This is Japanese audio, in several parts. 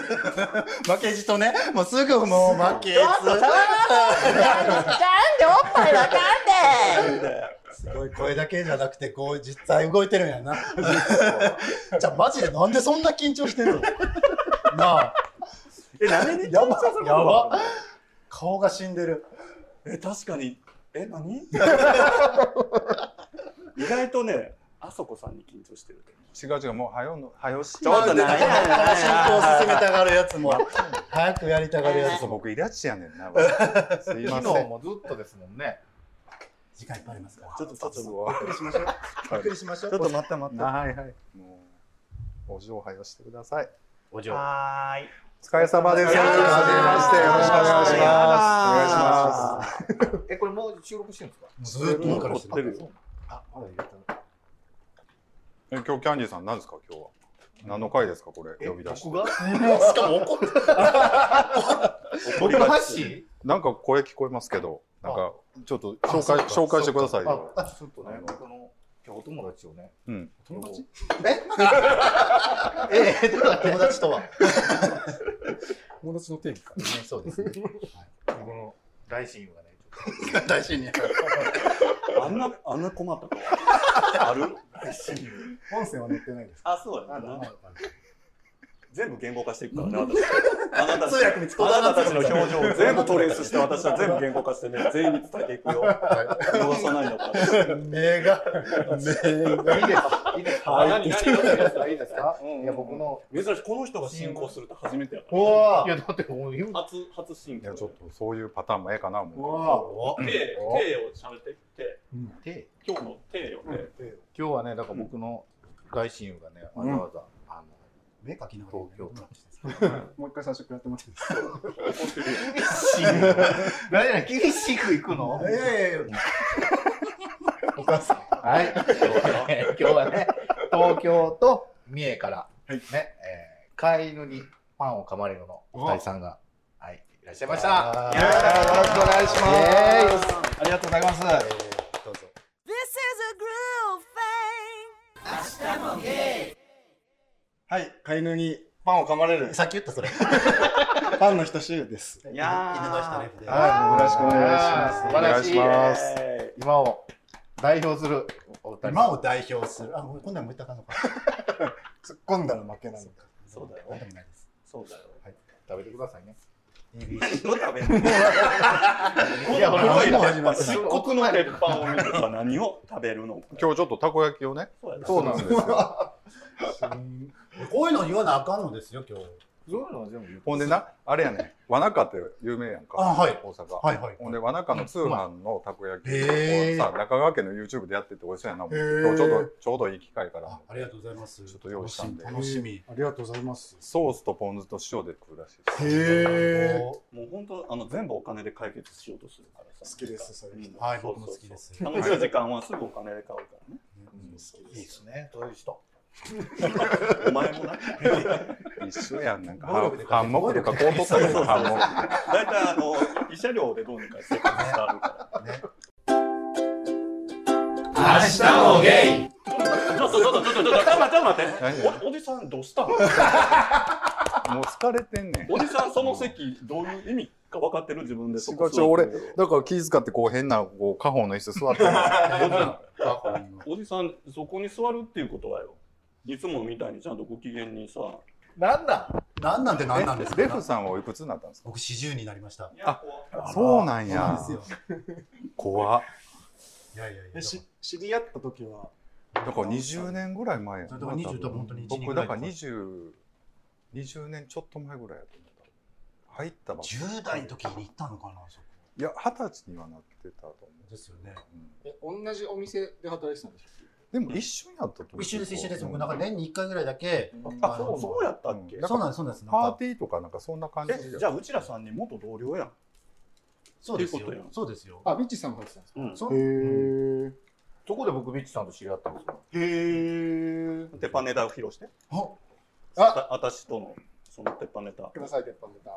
負けじとね、もうすぐもう負けず。でおっぱいわかんで。すごい声だけじゃなくて、こう実際動いてるんやな。じゃあマジでなんでそんな緊張してんのなあ。え、なんでねやば、やなのば。顔が死んでる。え、確かに。え、 何意外とね、あそこさんに緊張してる。違う違う、もう早うの、早うし。ちょっとね進行進めたがるやつも、早くやりたがるやつそうも。僕、イラチやねんな。これすいませ昨日ん。もずっとですもんね。時間いっぱいありますから。ちょっと、ちょっと、びっくりしましょう。びっくりしましょう。ちょっと待って待って。はいはい。もう、お嬢早うしてください。お嬢。はーい。お疲れ様です。いやーはじめまして。よろしくお願いします。おやだ願いします。え、これもう収録してるんですかずーっと前からして撮ってるる。よ。え今日キャンディーさん何ですか今日は何の回ですかこれ呼び出して 僕しがかも怒って怒り僕ががハッち。シなんか声聞こえますけどなんかちょっとあ紹そう介か紹介してくださいーよあ、ちょっとね、僕の今日お友達をね。うん友 達ええ、友達 とは。友達の定義か。そうですね。僕の大親友がね、ちょっ大親に。あんな、あんな困った顔。 ある本線は載ってないです。あ、そうやな。全部言語化していくからね、私。あ なた 通たち訳見つかあらななかたったちの表情を全部トレースして、私は全部言語化してね、全員に伝えていくよ。逃さないのか。 目が、目が。といいです。いいですかはい何何いいですかいいですかうんうんいや、僕の。珍しい、この人が進行するって初めてやから。おいや、だってもう言う初、初進い行や。ちょっとそういうパターンもええかな思うお。手、手を喋って、手。て、今日の手よね。今日はね、だから僕の大親友がね、わざわざ、あの、目描きながら。東京かもう一回最初からやってもらっていいです厳しい。何々厳しくいくのいやいやいや。お母さん。はい。今日はね、東京と三重から、ね、えー飼い犬にパンを噛まれるのお二人さんが、はい、いらっしゃいました。あよろしくお願いしイエまーイありがとうございます。どうぞ。 This is a groove thing. はい、飼い犬にパンを噛まれるさっき言った それ。パンの人しです。いやー犬の人ね。はい、よろしくお願いし素まお願晴らいししい。ます今を代表するお二人さん。今を代表する。あ、こんなんも言ったらあかんのか。す。 突っ込んだら負けなのか。そうだよなんでもないです。そうだよ。食べてくださいね。 ABC。どう食べんのいや、ほほらら、今始まった漆黒の鉄板を見ると何を食べるのす今日ちょっとたこ焼きをねそうやなそうなんですよこういうの言わなあかんのですよ、今日。そういうのは全部言うほんでなあれやねわなかって有名やんかあはい大阪はいはい。ほんで、和中の通販のたこ焼きへーをさ、中川家の YouTube でやってて美味しそうやな。へー今日ちょうど、ちょうどいい機会からあ。ありがとうございます。ちょっと用意したんで楽しみ。ありがとうございます。ソースとポン酢と塩で食うらしいです。へー。もう本当あの全部お金で解決しようとするからさ。好きです、そうういう人。ん。はいそう僕も好きですそうそう楽しい時間はすぐお金で買うからね。いいですね。そういう人。お前もな。一緒やん、なんか。暴力でハンモックとかこう取ったようなハンモッ大体あの慰謝料でどうにか生活してあるから。ちょっとちょっとちょっとちょっとちょっと待って明日もゲイ何待って。おおじさんどうしたの？ク。もう疲れてんねん。おじさんその席どういう意味か分かってる自分でそこ違う違う俺だから気遣ってこう変な、こう、家宝の椅子座ってる。おじさんそこに座るっていうことはよ。いつもみたいにちゃんとご機嫌にさ。なんだなんなんてなんなんですかレフさんはおいくつになったんです僕40になりました。あ、かそそううなんなんやです。よ。怖っいやいやいや。え、し、知り合った時は、だから20年ぐらい前やんだから20と本当に1僕、だから20、20年ちょっと前ぐらいやと思った。入ったばっか10代の時に行ったのかな、そこ。いや、二十歳にはなってたと思う。ですよね。うんえ、同じお店で働いてたんでしでも一緒になったと思う一緒です、一緒です。うん僕なんか年に1回ぐらいだけ、あそうそうやったっけ？だそうかなんです、そうなんです。なんパかーティーとかなんかそんな感じえじじゃゃあうちらさんに元同僚やん。そうですっていうことよや。んそうですよ。ょあ、ミッチーさんも入ってたんですうん。そへそこで僕、ビッチさんと知り合ったんですよ。え。へえ。鉄板ネタを披露して。ああた私とのその鉄板ネタ。ください、鉄板ネタ。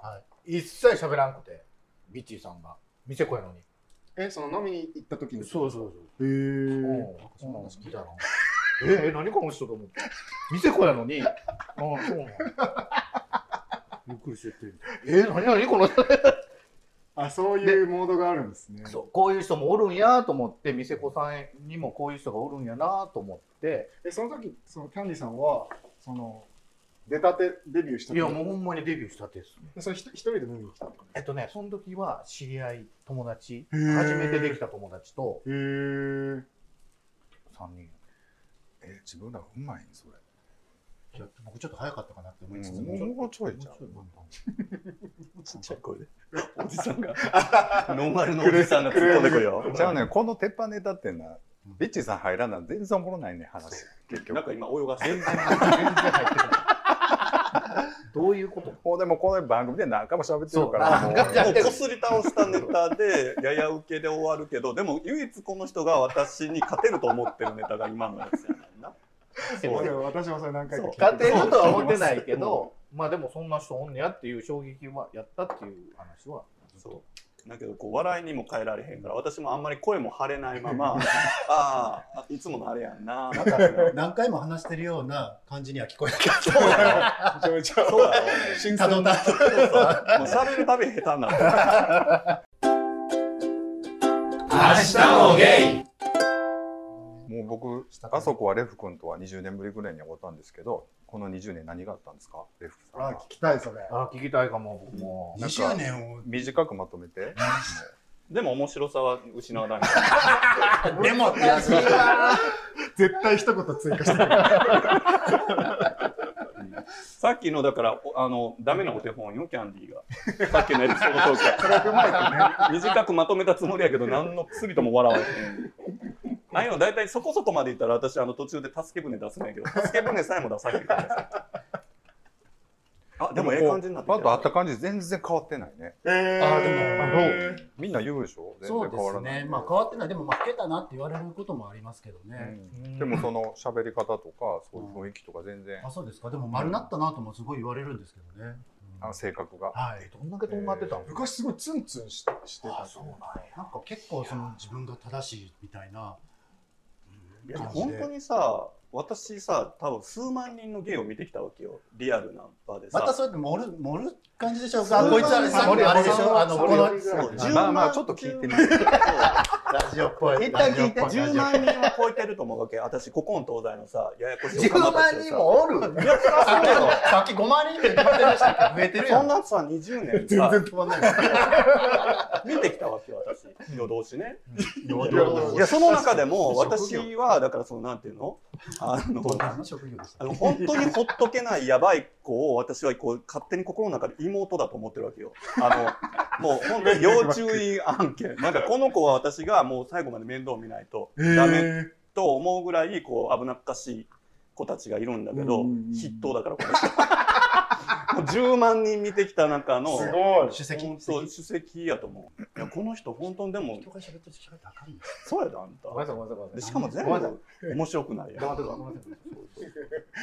一切喋らんくて、ビッチさんが、店子やのに。え、その飲みに行った時に。そうそうう。そう。へえ。ん、そんなの聞いたな。 えー、何この人と思って。店子やのに。ああ、そうなの。ゆっくりしてって。え何何この人あ、そういうモードがあるんですね。そうこういう人もおるんやと思って店子さんにもこういう人がおるんやなと思ってえ、その時、そのキャンディさんは、その、出たてデビューしたい時やもうほんまにデビューしたてですねう。それひと一人で飲みに来たのえっとねその時は知り合い友達へー初めてできた友達とへー。 3人え自分らうまいんそれいや僕ちょっと早かったかなって思いつつも、もうちょいじゃんちっちゃい声で。おじさんが。ノンアルのおじさんが突っ込んでくるよ。 じゃあねこの鉄板ネタってなビッチーさん入らんな全然おもろないね話結なん局か今泳がせどういうこともうでもこの番組で何回も喋ってるかそらうもう何回もうこすり倒したネタでやや受けで終わるけどでも唯一この人が私に勝てると思ってるネタが今のやつやねんな。そうでも私もそれ何回か聞い勝ててるとは思ってないけどまあでもそんな人おんねやっていう衝撃はやったっていう話はそうだけどこう笑いにも変えられへんから私もあんまり声も張れないま まああいつものあれやんなみたいな何回も話してるような感じには聞こえなかった。めちゃめちゃそうだろうね新た鮮どたどもう喋るたび下手になった。もう僕あそこはレフ君とは20年ぶりぐらいに会ったんですけどこの20年何があったんですかレフさんあ、が聞きたい、それ。あ聞きたいかも僕も20年を。短くまとめてでも面白さは失わない。でも、絶対一言追加してくる。さっきのだからおあのダメなお手本よキャンディーが。さっきのエピソードトークから。短くまとめたつもりやけど何の薬とも笑わへん。ああいうの大体そこそこまでいったら私あの途中で助け舟出すんやけど助け舟さえも出さへんからあでもええ感じになってパきッとた会った感じ全然変わってないねえあー、でも、みんな言うでしょ全そう然で変わらすないね。まあ変わってない。でも、負けたなって言われることもありますけどね。うんでもその喋り方とかそういう雰囲気とか全然あ、そうですか。でも、丸なったなともすごい言われるんですけどね。あの性格がはい。どんだけとんがってたの昔すごいツンツンしてしてた。そうなんや。なんか結構その自分が正しいみたいな。いや本当にさ私さ多分数万人の芸を見てきたわけよリアルな場でさ、またそうやって盛る、盛る感じでしょうそかうこいつあれ、そうさっきのあれでしょあの、そこれのよりぐらいそうまあまあちょっと聞いてみるラジオっぽい。一旦聞いてラジオっぽ10万人は超えてると思うわけ私古今東西のさややこしい10お釜万たちをさ人もおるいや、さっきの、さっき5万人って言ってましたけど、増えてるやそんん。なさ20年全然さ止まんない。見てきたわけよ私夜通しねいいやその中でも私はだからそのなんていうのあの何の職業でしたあの本当にほっとけないやばい子を私はこう勝手に心の中で妹だと思ってるわけよ。あのもう本当に要注意案件。なんかこの子は私がもう最後まで面倒見ないとダメと思うぐらいこう危なっかしい子たちがいるんだけどうんうんうん筆頭だからこの人。もう 10万人見てきた中のすごい。主席本当主席やと思 う。いやこの人本当にでも人が喋ってる喋ってあかんのそうやであんたごめんな。さいごめんなさいでしかも全ごめんなさいごめんなさ部面白くないやん黙ってくださいごめんなさ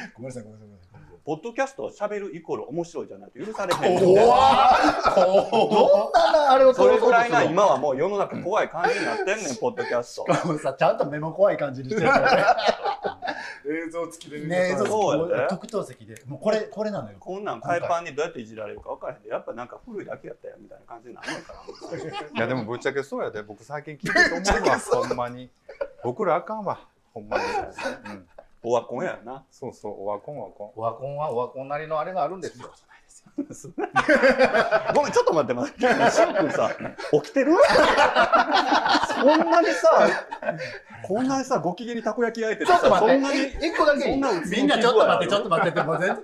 いごめんなさい、ごめんなさいごめんなさい。ポッドキャストは喋るイコール面白いじゃないと許されへん。怖どんなあれをそ取れぐろうとらすいるがの今はもう世の中怖い感じになってんねん、ポッドキャスト。っ もさ、ちゃんと目も怖い感じにしてるから映像付きでね。ねえ、そうそうやで特等席で。もうこれ、これなのよ。こんなん海パンにどうやっていじられるか分からへんで、やっぱなんか古いだけやったよみたいな感じになる のかいやでもぶっちゃけそうやで僕最近聞いてと思うわほんまに僕らあかんわほんまに、うん、な。オワコンやな。そうそうワコンワコオワコンはオワコンなりのあれがあるんですよごめん、ちょっと待って待って。シくんさ、起きてるそんなにさ、こんなにさ、ご機嫌にたこ焼き焼いててちょっとさ、待そんっなに、て一個だけそんなうつむきみんなちょっと待って、具ち合ょあっると待ってって、もう全然。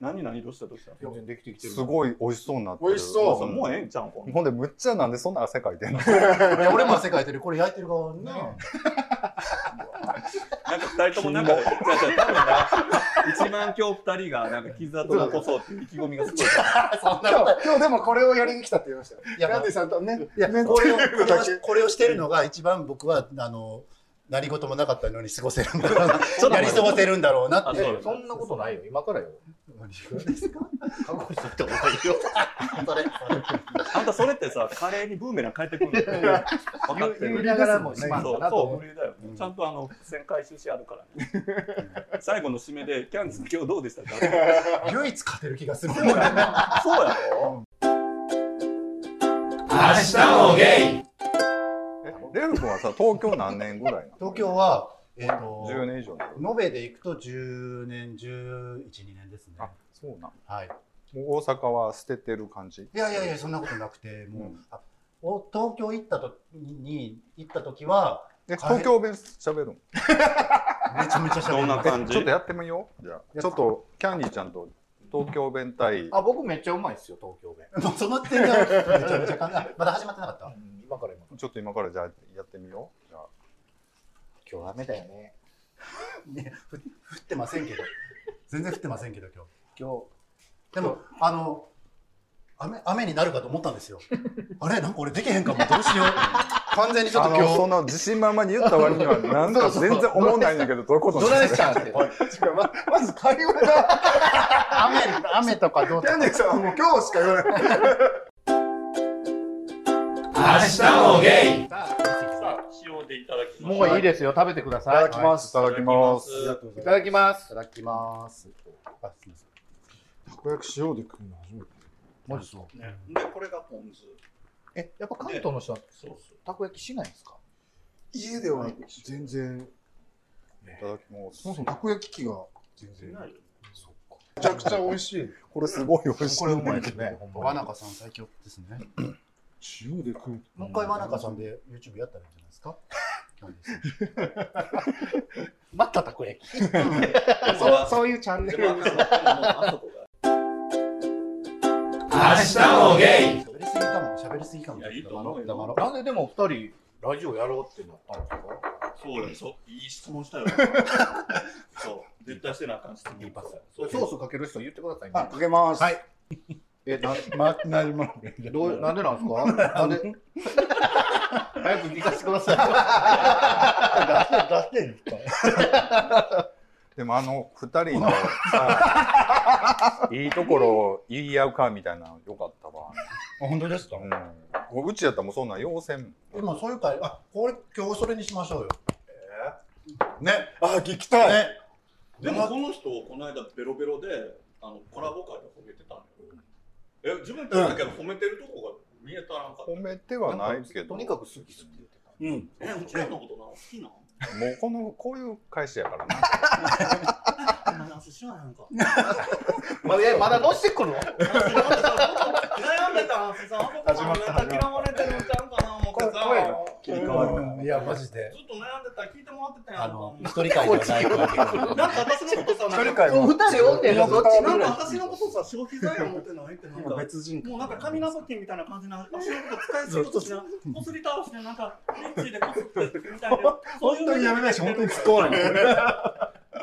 何何どうしたどうした全然できてきンてるすごい美味しそうになって美味しそそうもうええんちゃうんこんなんほんでむっちゃなんでそんな汗かいてんのいや俺も汗かいてる。これ焼いてる側にな。なんか二人ともなんか、じゃじゃ多分な、一万強二人がなんか傷跡残そうっていう意気込みがすごい。そんな今こ日、今日でもこれをやりに来たって言いましたよ。いやまあランディさんとね、と。いや、ねこれを、こっていれうのだをけこれをしてるのが一番僕は、あの、何事もなかったのに過ごせるんだろう な。やり過ごせるんだろうなって。そうそんなことないよ今からよ何ですか覚悟しといた方がいいよそれ。あんたそれってってさ、華麗にブーメラン返ってくるんだよ。分かって 言いる。ながらもしそまううかなとそう思無う。理だよ、ちゃんとあの伏線回収してあるから ね最後の締めで「キャンディーさん今日どうでしたか?」唯一勝てる気がする。そうやろ明日もゲイえレフ君はさ、東京何年ぐらいなの東京は、えっ、と、 10年以上になる延べで行くと10年、11、2年ですね。あそうなんもはい。う大阪は捨ててる感じいやいやいや、そんなことなくて、もう、うんあお東京行ったとに、行った時は、え東京弁喋るんめちゃめちゃ喋どりんなます感ちょじっとやってみようじゃあちょっとキャンディーちゃんと東京弁対あ、僕めっちゃうまいですよ、東京弁。もうその点がめちゃめちゃ考え、まだ始まってなかった今から今。ちょっと今からじゃあやってみようじゃあ今日ダメだよね。ね、ふ降ってませんけど、全然降ってませんけど、今今日。日。でも、あの、雨雨になるかと思ったんですよ。あれなんか俺できへんかも、どうしよう。完全にちょっあと今のそ日。の自信満々に言った割にはなんか全然思わないんだけどどういうことどなないんでですしかた って。ままず会話が、 雨、雨とかどうキャンディーさんはもう今日しか言わない。明日もゲさあ塩でいただきイますもういいですよ、食べてください。いただきます。いただきますいただきいただきます。いただきます。あ、すみません。たこ焼き塩で食うの初めて。マジそう。ねでこれがポン酢え、やっぱ関東の人はそうそうたこ焼きしないんですか家では全然、いただきますそもそもたこ焼き器が全然。ないよねめちゃくちゃ美味しい。これすごい美味しいこれうまいですね。ほん和まに。中さん最強ですね。塩で食う。もう一回和中さんで YouTube やったらいいんじゃないですか。またたこ焼き。そうそういうチャンネで もあそこもあそこ明日もゲイ喋りすぎかも、喋りすぎかも。いやいいと思うよ黙ろなんででも二人、ラジオやろうってなったんですかがそうだよそういい質問したよそう絶対してなあかん質問いいパスソそうースかける人言ってくださいね。あ、かけます。はい。え、な、ま、なるもん。どう、なんでなんですかなんで早く聞かせてくださでもあの二人のさいいところを言い合うかみたいなのよかったわ、本当ですかうんこう、うちやったらもうそんなん要せんでもそういうか、あ、これ今日それにしましょうよ。ね。あ、聞きたい。ね。でもこの人この間ベロベロであのコラボ会で褒めてたのよえ自分たちだけど褒めてるとこが見えたらんかった褒めてい。はないけんかど ともにうかく好き好きって言ってた。うん。えうちらのことな好きなんこのこういう返しやからなあんな話しなんかまだ、えまだ乗してくるの悩んでたんですよ。始まった。嫌われてるんちゃうかな思ってさ。切り替わるから。いや、マジで。ずっと悩んでたら聞いてもらってたやあんかのも、一人会じゃないからう。なんか私のことさ、なんか二人おんねんな、どっちなんか私のことさ、消費財を持ってないってなんか。別人もうなんか紙ナプキンみたいな感じな足のこと使いすぎとしな、こすり倒してなんかレンチでこすってみたいな。本本当にやめないし、本当に突っ込まない。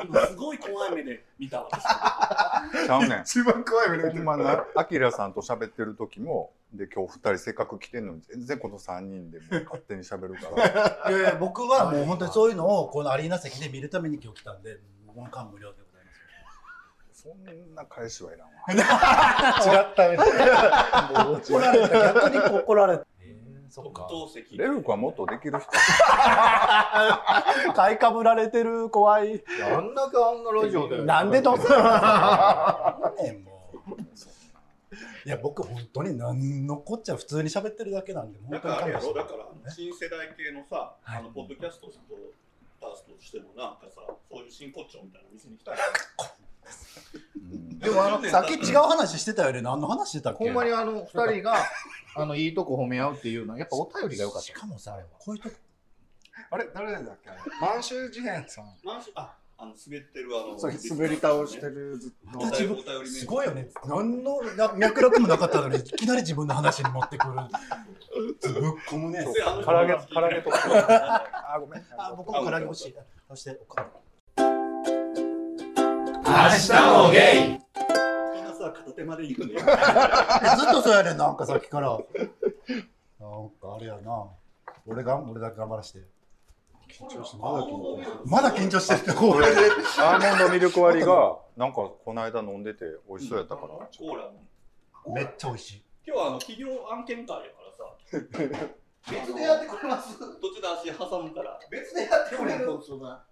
今すごい怖い目で見た私。ちゃうねん一番怖い目でほ見てんるまな、アキラさんと喋ってる時も、で、今日二人せっかく来てんのに、全然この三人でもう勝手に喋るから、いやいや、僕はもう本当にそういうのを、このアリーナ席で見るために今日来たんで、もう感無量でございます。そんな返しはいらんわ。違ったみたいな。怒られた。逆に怒られた。そっ特か。等席。レフクはもっとできる人。買いかぶられてる怖いあんだけあんなラジオで。なんでともう。いや、僕本当に何のこっちゃ普通に喋ってるだけなんで、だ本か当にらあれや感ろ、謝だから新世代系のさ、あのポッドキャストとパーストしてもなんかさ、そういう真骨頂みたいな店に来たい。うんでもあの、さっき違う話してたよね。何の話してたっけほんまにあの、二人が、あの、いいとこ褒め合うっていうのは、やっぱお便りが良かっ。したかもさ、こういうとこあれ、誰だっけあれ満州事変さん。なんしあ、あの滑ってるあの。そう滑り倒して。るずっと。お便りお便りすごいよね。何のな脈絡もなかったのに、いきなり自分の話に持ってくる。ぶっ込むね。唐揚げ唐揚げとか。あー、ごめん。あ、僕も唐揚げ欲しい。そして、おかみんなさ片手まで言うね。ずっとそうやねん、なんかさっきから。なんかあれやな。俺が、俺だけ頑張らして。まだ緊張してる。これ、アーモンドミルク割りが、なんかこの間飲んでて美味しそうやったから、コーラ。めっちゃ美味しい。今日はあの企業案件会やからさ、 別でやってくれます途中で足挟むから。別でやってくれる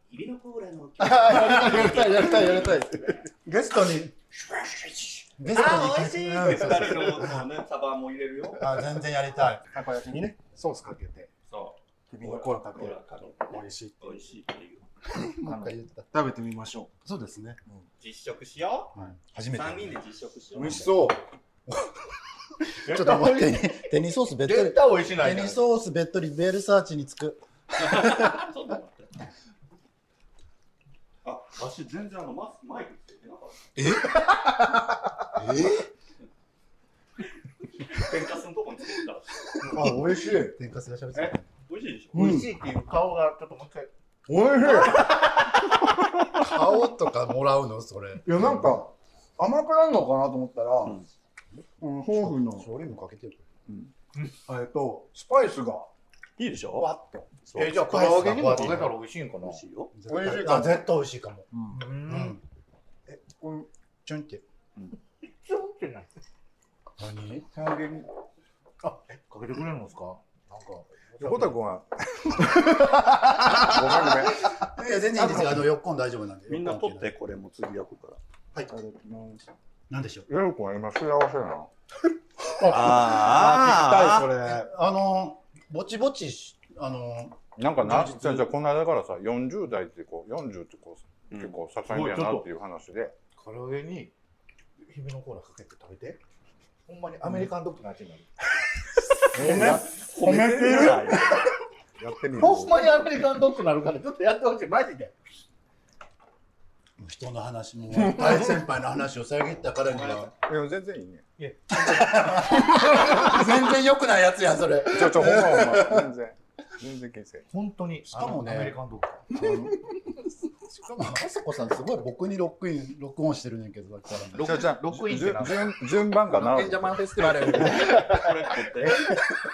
指の甲羅のやりたい、やりたい、やりたい。ゲストに。ゲストに。あ美味しいうん二人のそうね、サバも入れるよ。あ全然やりたい。たこ焼きにね、ソースかけて、そ首のコラかう。けほてら、か美味しい。美味しいっていう。なんか言った。食べてみましょそうですね。実食しよ初う。めて。三人で実食しう。よう。美味しそう。ちょっと待って、テニソースべっと絶り。対美味しないテなニソースべっとりベルサーチにつく。ちょっと待って。あ、足全然あのマスマイクつけてなかった。 え？え？天かすのとこにつけてたら。あ、美味しい。天かすらしゃべえ美味しいでしょ。美味しいっていう顔がちょっともう一回。美味しい。顔とかもらうのそれ。いや、なんか、甘くなるのかなと思ったら、うんうん、豆腐の、醤油もかけてる。えっと、スパイスが、いいでしょ。わっと。え、じゃあ、唐揚げにもかけたら美味しいんかな美味しいよ。美味しいかもあ、絶対美味しいかも。うん。う。うんん。このチュンって。ちょんってない。何唐揚げに、かけてくれるんですかなんか。横田君はごめんごめんいや、全然いいですよ。あの、よっこん大丈夫なんで。みんなよっこ取ってこれも次焼くから。いただきます。なんでしょう。横田君は今幸せなのあああ。ー、聞きたい、それ。あの、ぼちぼちし、あの、なんかな充実じゃあじゃあこの間からさ40代ってこう40ってこう、結構境目やなっていう話で唐揚げに、ひびのコーラかけて食べて。ほんまにアメリカンドッグの味になる。褒めてる。やってみるほんまにアメリカンドッグになるから、ちょっとやってほしい。マジで。人の話も、大先輩の話を遮ったからには、いや全然いいね 全然良くないやつやん、それ。ちょちょほんまほんま全然全然気にせえ本当に。しかもねあのアメリカンドッグ。しかも、あさこさん、すごい僕にロックイン、録音してるねんけど、だから。じゃあじゃあロックインってなんだ順順順番かな賢者マンフェスティバル。これ取って。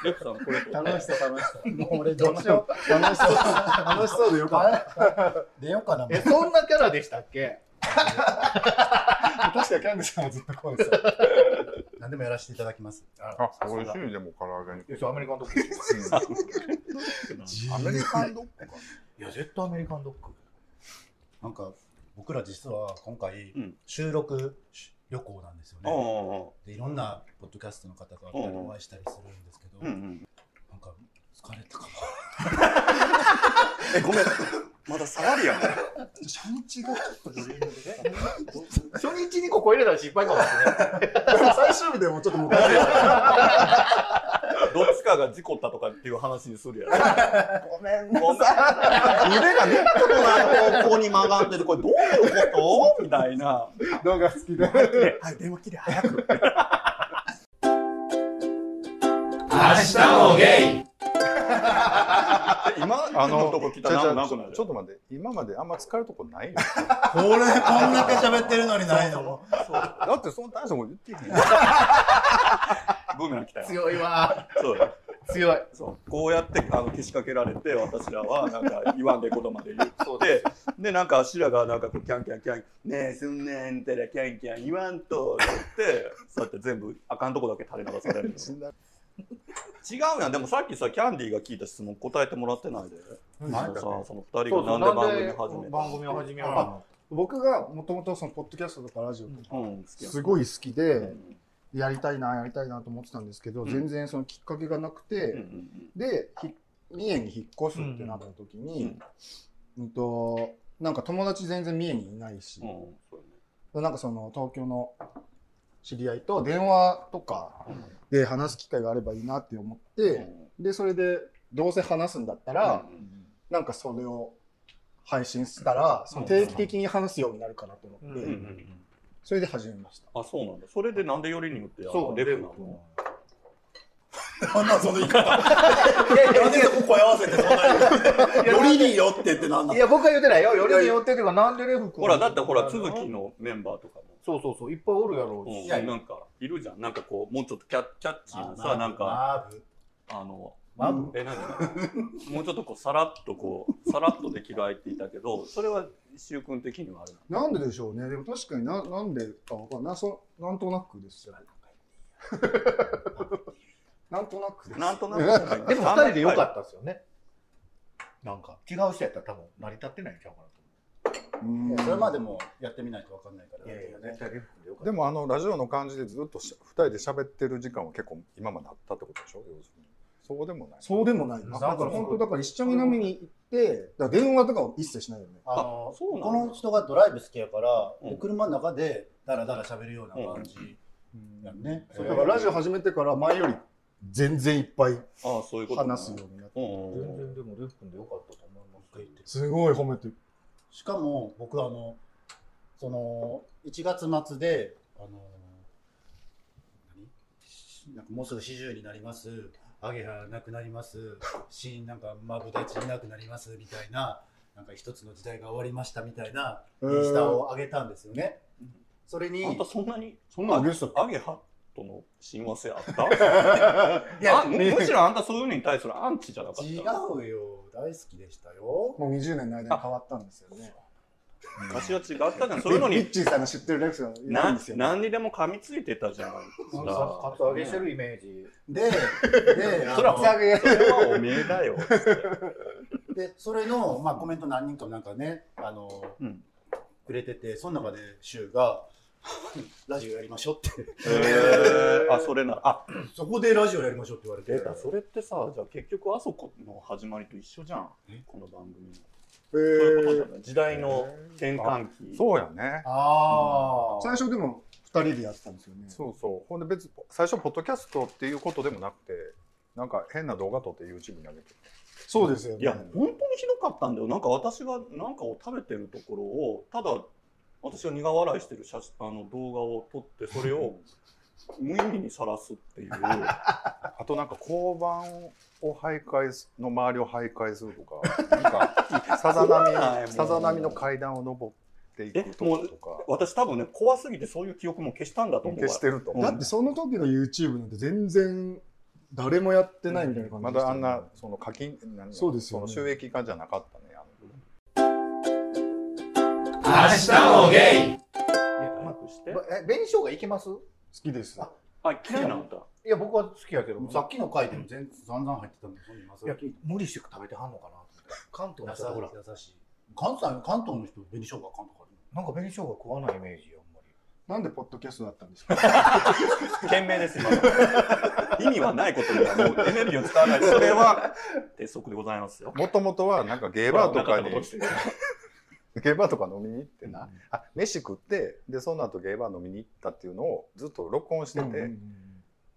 レフさんこれ取って。楽しそう、楽しそう。もう俺、どうしよう。楽しそう。楽しそうでよかった。 出ようかな、もえ、う。そんなキャラでしたっけ確かキャンディさんはずっとこうですよ。何でもやらせていただきます。あ美味しいでも唐揚げにいや、そうアメリカンドッグ。いアメリカンドッグかや、絶対アメリカンドッグ。なんか、僕ら実は今回うん、収録旅行なんですよおね。お。で、いろんなポッドキャストの方と会ったりうんお会いしたりするんですけど、うんうなんん。か、疲れたかも。えごめん。まだ触りやん。初日が、初日にここ入れたら失敗かもしれない。最終日でもちょっともう、あどっちかが事故ったとかっていう話にするやろ。ごめんなさい。腕がね、このない方向に曲がってる。これどういうことみたいな。動画好きで。はい、電話切れ、早く。明日もゲイ今ああのとこの来じたゃあじらゃなあくちなる。ょちょっと待って今まであんま使えるとこ ないよこれ、こんだけ喋ってるのにないのだってそんな大したこと言ってへんよブーメラン来たよ。強いわ。そうだよ強い。そうこうやってあのけしかけられて私らはなんか言わんでことまで言そうってでなんかあっしらがなんかこうキャンキャンキャン「ねえすんねんてらキャンキャン言わんと」って言ってそうやって全部あかんとこだけ垂れ流されるの違うやんでもさっきさキャンディーが聞いた質問答えてもらってないでなさんあかその2人がなんで番組始めた番組を始めようか僕がもともとその、ポッドキャストとかラジオとか、うん好きやんすごい好きうで、んやりたいな、やりたいなと思ってたんですけど、うん全然そのきっかけがなくうんうて、んで、ひ三重に引っ越すってなった時に、うんと、なんか友達全然三重にいないし、うんうんそうやねなんかその東京の知り合いと電話とかで話す機会があればいいなって思って、で、それでどうせ話すんだったら、なんかそれを配信したら、その定期的に話すようになるかなと思って、うんうんうんうんそれで始めました。あそうなんだそれでなんでよりによってあのそう、レレフフななのの。なんなんその言い方。なんでそこ声合わせてそんなに。よりによってってなんだい。や、僕は言ってないよ。よりによってというか、なんでレフ君ほらだってほら続き。のメンバーとかもそうそうそう、いっぱいおるやろううんし。なんかいるじゃんなんかこうもうちょっとキャッキャッチーなさなんかマーブ。あのマブえ何 もうちょっとこうさらっとこうさらっとできる相手いたけどそれは習君的にはあれななんででしょうね。でも確かにな、なんでかわかんない。な、そなんとなくですよ。なんとなくですなんとなく。でも2人でよかた。ったですよね。なんか違う人やったら多分成り立ってないんちゃうかなうとんそれまでもやってみないとわかんないから。思う。ね対レフでよかでもあのラジオの感じでずっとし2人で喋ってる時間は結構今まであったってことでしょ要するにそうでもないそうでもないです。だから本当だから一緒に飲みに行って、だから電話とかを一切しないよね。あのそうなんだこの人がドライブ好きやから、うん車の中でダラダラ喋るような感じうんやんね。そうだからラジオ始めてから前より全然いっぱいああ、そういうこと。話すようになって。うんう全ん然でもレフ君でよかったと思いますけど。すごい褒めてる。しかも僕はあのその1月末であの何なんかもうすぐ40になりますアゲハなくなります新なんかマブダチいなくなりますみたいななんか一つの時代が終わりましたみたいなインスタを上げたんですよね。それにうん。あんたそんなに、そんなのあげてたっけアゲハとの親和性あったいやあむむしろあんたそういうのに対するアンチじゃなかった。違うよ大好きでしたよ。もう20年の間に変わったんですよね。昔は違ったじゃん。そういうのリッに、チーさんの知ってるレクスがいないんなですよ、ね。何にでも噛みついてたじゃん。なんかカツアゲしてるイメージ。でであのそれはそれはおめえだ よ。でそれの、まあ、コメント何人かなんかねあの、うんくれててその中で柊が 「ラジオやりましょう」ってえー、あ、それなら。あ、そこでラジオやりましょうって言われ出てた。それってさ、じゃあ結局あそこの始まりと一緒じゃん。この番組の。えそういうことじゃー、ない時代の転換期。そうやねあ最初でも2人でやってたんですよね。そうそうほんで別に最初ポッドキャストっていうことでもなくてなんか変な動画撮って YouTube に上げてそうですよね。いや、本当にひどかったんだよ。なんか私がなんかを食べてるところを、ただ、私が苦笑いしてる写真あの動画を撮って、それ を無意味にさらすっていう。あとなんか交番を徘徊すの周りを徘徊するとか なんかさざ怖ない波もんさざ波の階段を登っていくとことか私多分ね、怖すぎてそういう記憶も消したんだと思うわ。消してると思うだってその時の YouTube なんて全然誰もやってないみたいな感じまでしただあよねんなその課金なんだそうですよねその収益化じゃなかったねあの早明日もゲイくして。え、紅生姜いけます好きです。ああ、嫌いなんだ。いや、僕は好きやけど、ーささっっききの回でも全然散々入ってたんでそんな今いや更聞いて無理して食べてはんのかなと思って関東の人ってほら、優しい関西関東の人紅生姜関東かなんか紅生姜食わないイメージよ、あんまり。なんでポッドキャストだったんですか賢明です、今の。 意味はないことにはもうエネルギーを使わない。それは鉄則でございますよ。もともとはなんかゲーバーとかにほらお腹とか閉じてるゲーバーとか飲みに行ってな、あ飯食ってでその後ゲーバー飲みに行ったっていうのをずっと録音してて、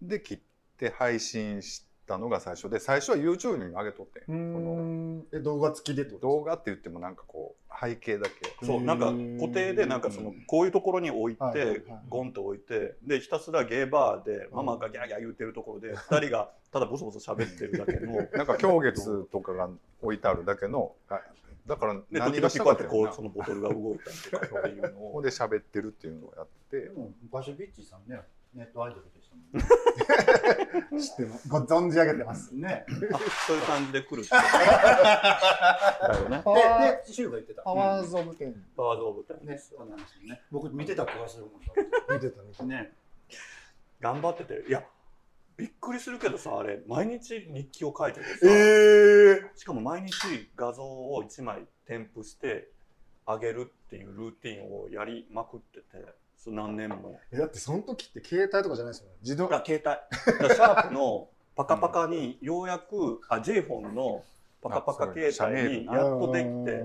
で切って配信したのが最初で最初は YouTube に上げとってうんこん。え、動画付きでってのこと動画って言ってもなんかこう背景だけそうなんか固定でなんかそのこういうところに置いはいはいはいてゴンと置いてでひたすらゲーバーでママがギャーギャー言ってるところで2人がただボソボソ喋ってるだけのなんか狂月とかが置いてあるだけのあだからで何時が々したこうかやっっててここううそのボトルが動いたりとかっていうの ここをで喋ってるっていうのをやってでも昔ビッチーさんねネットアイドルでしたもん知って ます。ご存じ上げてます。ねねあそういう感じで来るってだよねパでで柊が言ってたパワーズ・オブ・テン。パワーズオブみたいなねそうなんですよね僕見てた気がするもんだ見てた ね。ね頑張ってていやびっくりするけどさあれ毎日日記を書いててさ、しかも毎日画像を1枚添付してあげるっていうルーティンをやりまくっててそう何年もえ、だってその時って携帯とかじゃないですよね。自動。あ携帯だからシャープのパカパカにようやくあ j フォンのパカパカ携帯にやっとできて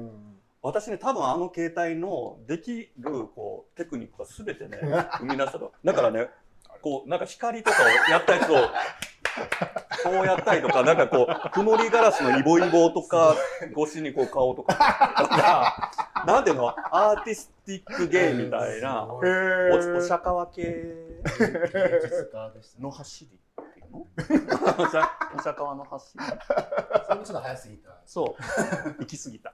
私ね多分あの携帯のできるこうテクニックが全 てね生み出したとだからねこうなんか光とかをやったやつをこうやったりとかなんかこう曇りガラスのイボイボとか越しにこう顔とかなんかなんていうのアーティスティックゲイみたいなおへーお釈迦分け芸術家ですの走りっていうのおさお釈迦の走りそれもちょっと早すぎたそう 行き過ぎた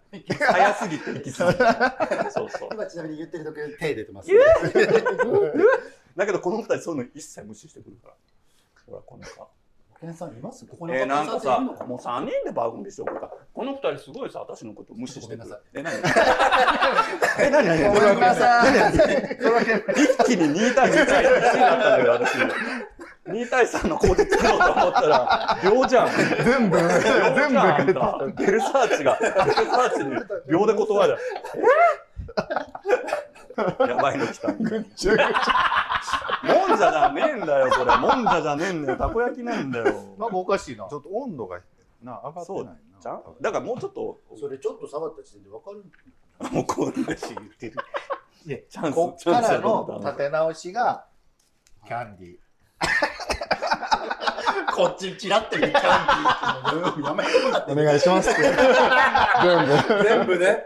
早すぎて行き過ぎたそうそう今ちなみに言ってる時手出てます、だけどこの二人そういうの一切無視してくるからほらこのさ保健さんいますここにえー、なんかさ保健もう三人で番組しようかこの二人すごいさ私のこと無視してくるえ何え何何何ごめ んなさ何何何一気に2対2対1になったんだけど私2 2対3の構図作ろうと思ったら、秒じゃん。全部、全部書いてた。た。ベルサーチが、ベルサーチに秒で断る。やばいの来た。もんぐっちゃぐちゃじゃじゃねえんだよ、これ。もんじゃじゃねえんだよ。たこ焼きなんだよ。なんかおかしいなち。ょっと温度がな上がってないな。じゃんだからもうちょっと、それちょっと触った時点で分かるもうこういう言ってる。チャンス、こっチャかンスらやと思のった立て直しが、キャンディー。こっちちらって見ちゃうんやめてもらってお願いしますって。全全部。部ね。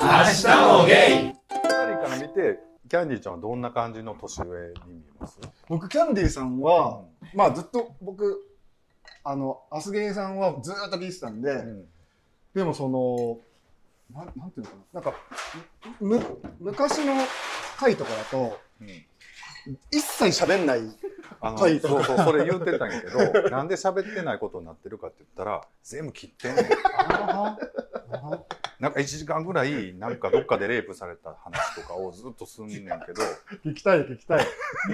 明日もゲイ二人から見て、キャンディーちゃんはどんな感じの年上に見えます僕、キャンディーさんは、まあずっと僕、あの、アスゲイさんはずーっと聞いてたんで、でもその、なんなんていうのかな。なんか、む、昔の回とかだと、うん一切喋んない。あのはそういそう、それ言ってたんやけど、なんで喋ってないことになってるかって言ったら、全部切ってんねん。なんか1時間ぐらい、なんかどっかでレイプされた話とかをずっとすんねんけど、聞きたい、聞きたい。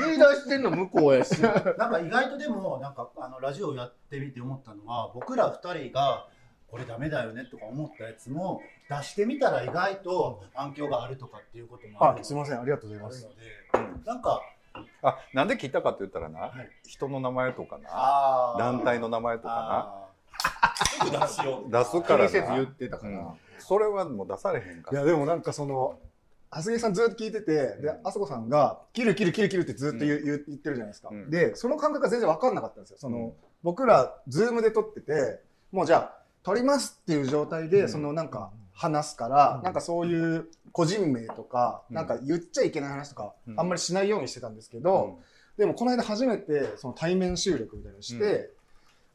言い出してんの向こうやし。なんか意外とでも、なんかあのラジオやってみて思ったのは、僕ら2人が、これダメだよねとか思ったやつも出してみたら意外と反響があるとかっていうこともあある、すみません、ありがとうござあいまるす。ので、なんか、あ、なんで切ったかって言ったらな、はい人の名前とかな、あー団体の名前とかあ出しよう。な、出す気かにらせず言な、ってたから。それはもう出されへんかいら。や、でもなんかその、あすぎさんずっと聞いてて、で、あそこさんが、切る切る切る切るってずっと言,、う言言ってるじゃないですか。うんで、その感覚が全然わかんなかったんですよ。その、うん僕ら、ズームで撮ってて、もうじゃあ、撮りますっていう状態で、そのなんか、話すから、なんかそういう個人名とか、うんなんか言っちゃいけない話とか、うんあんまりしないようにしてたんですけうど、んでもこの間初めてその対面収録みたいなのして、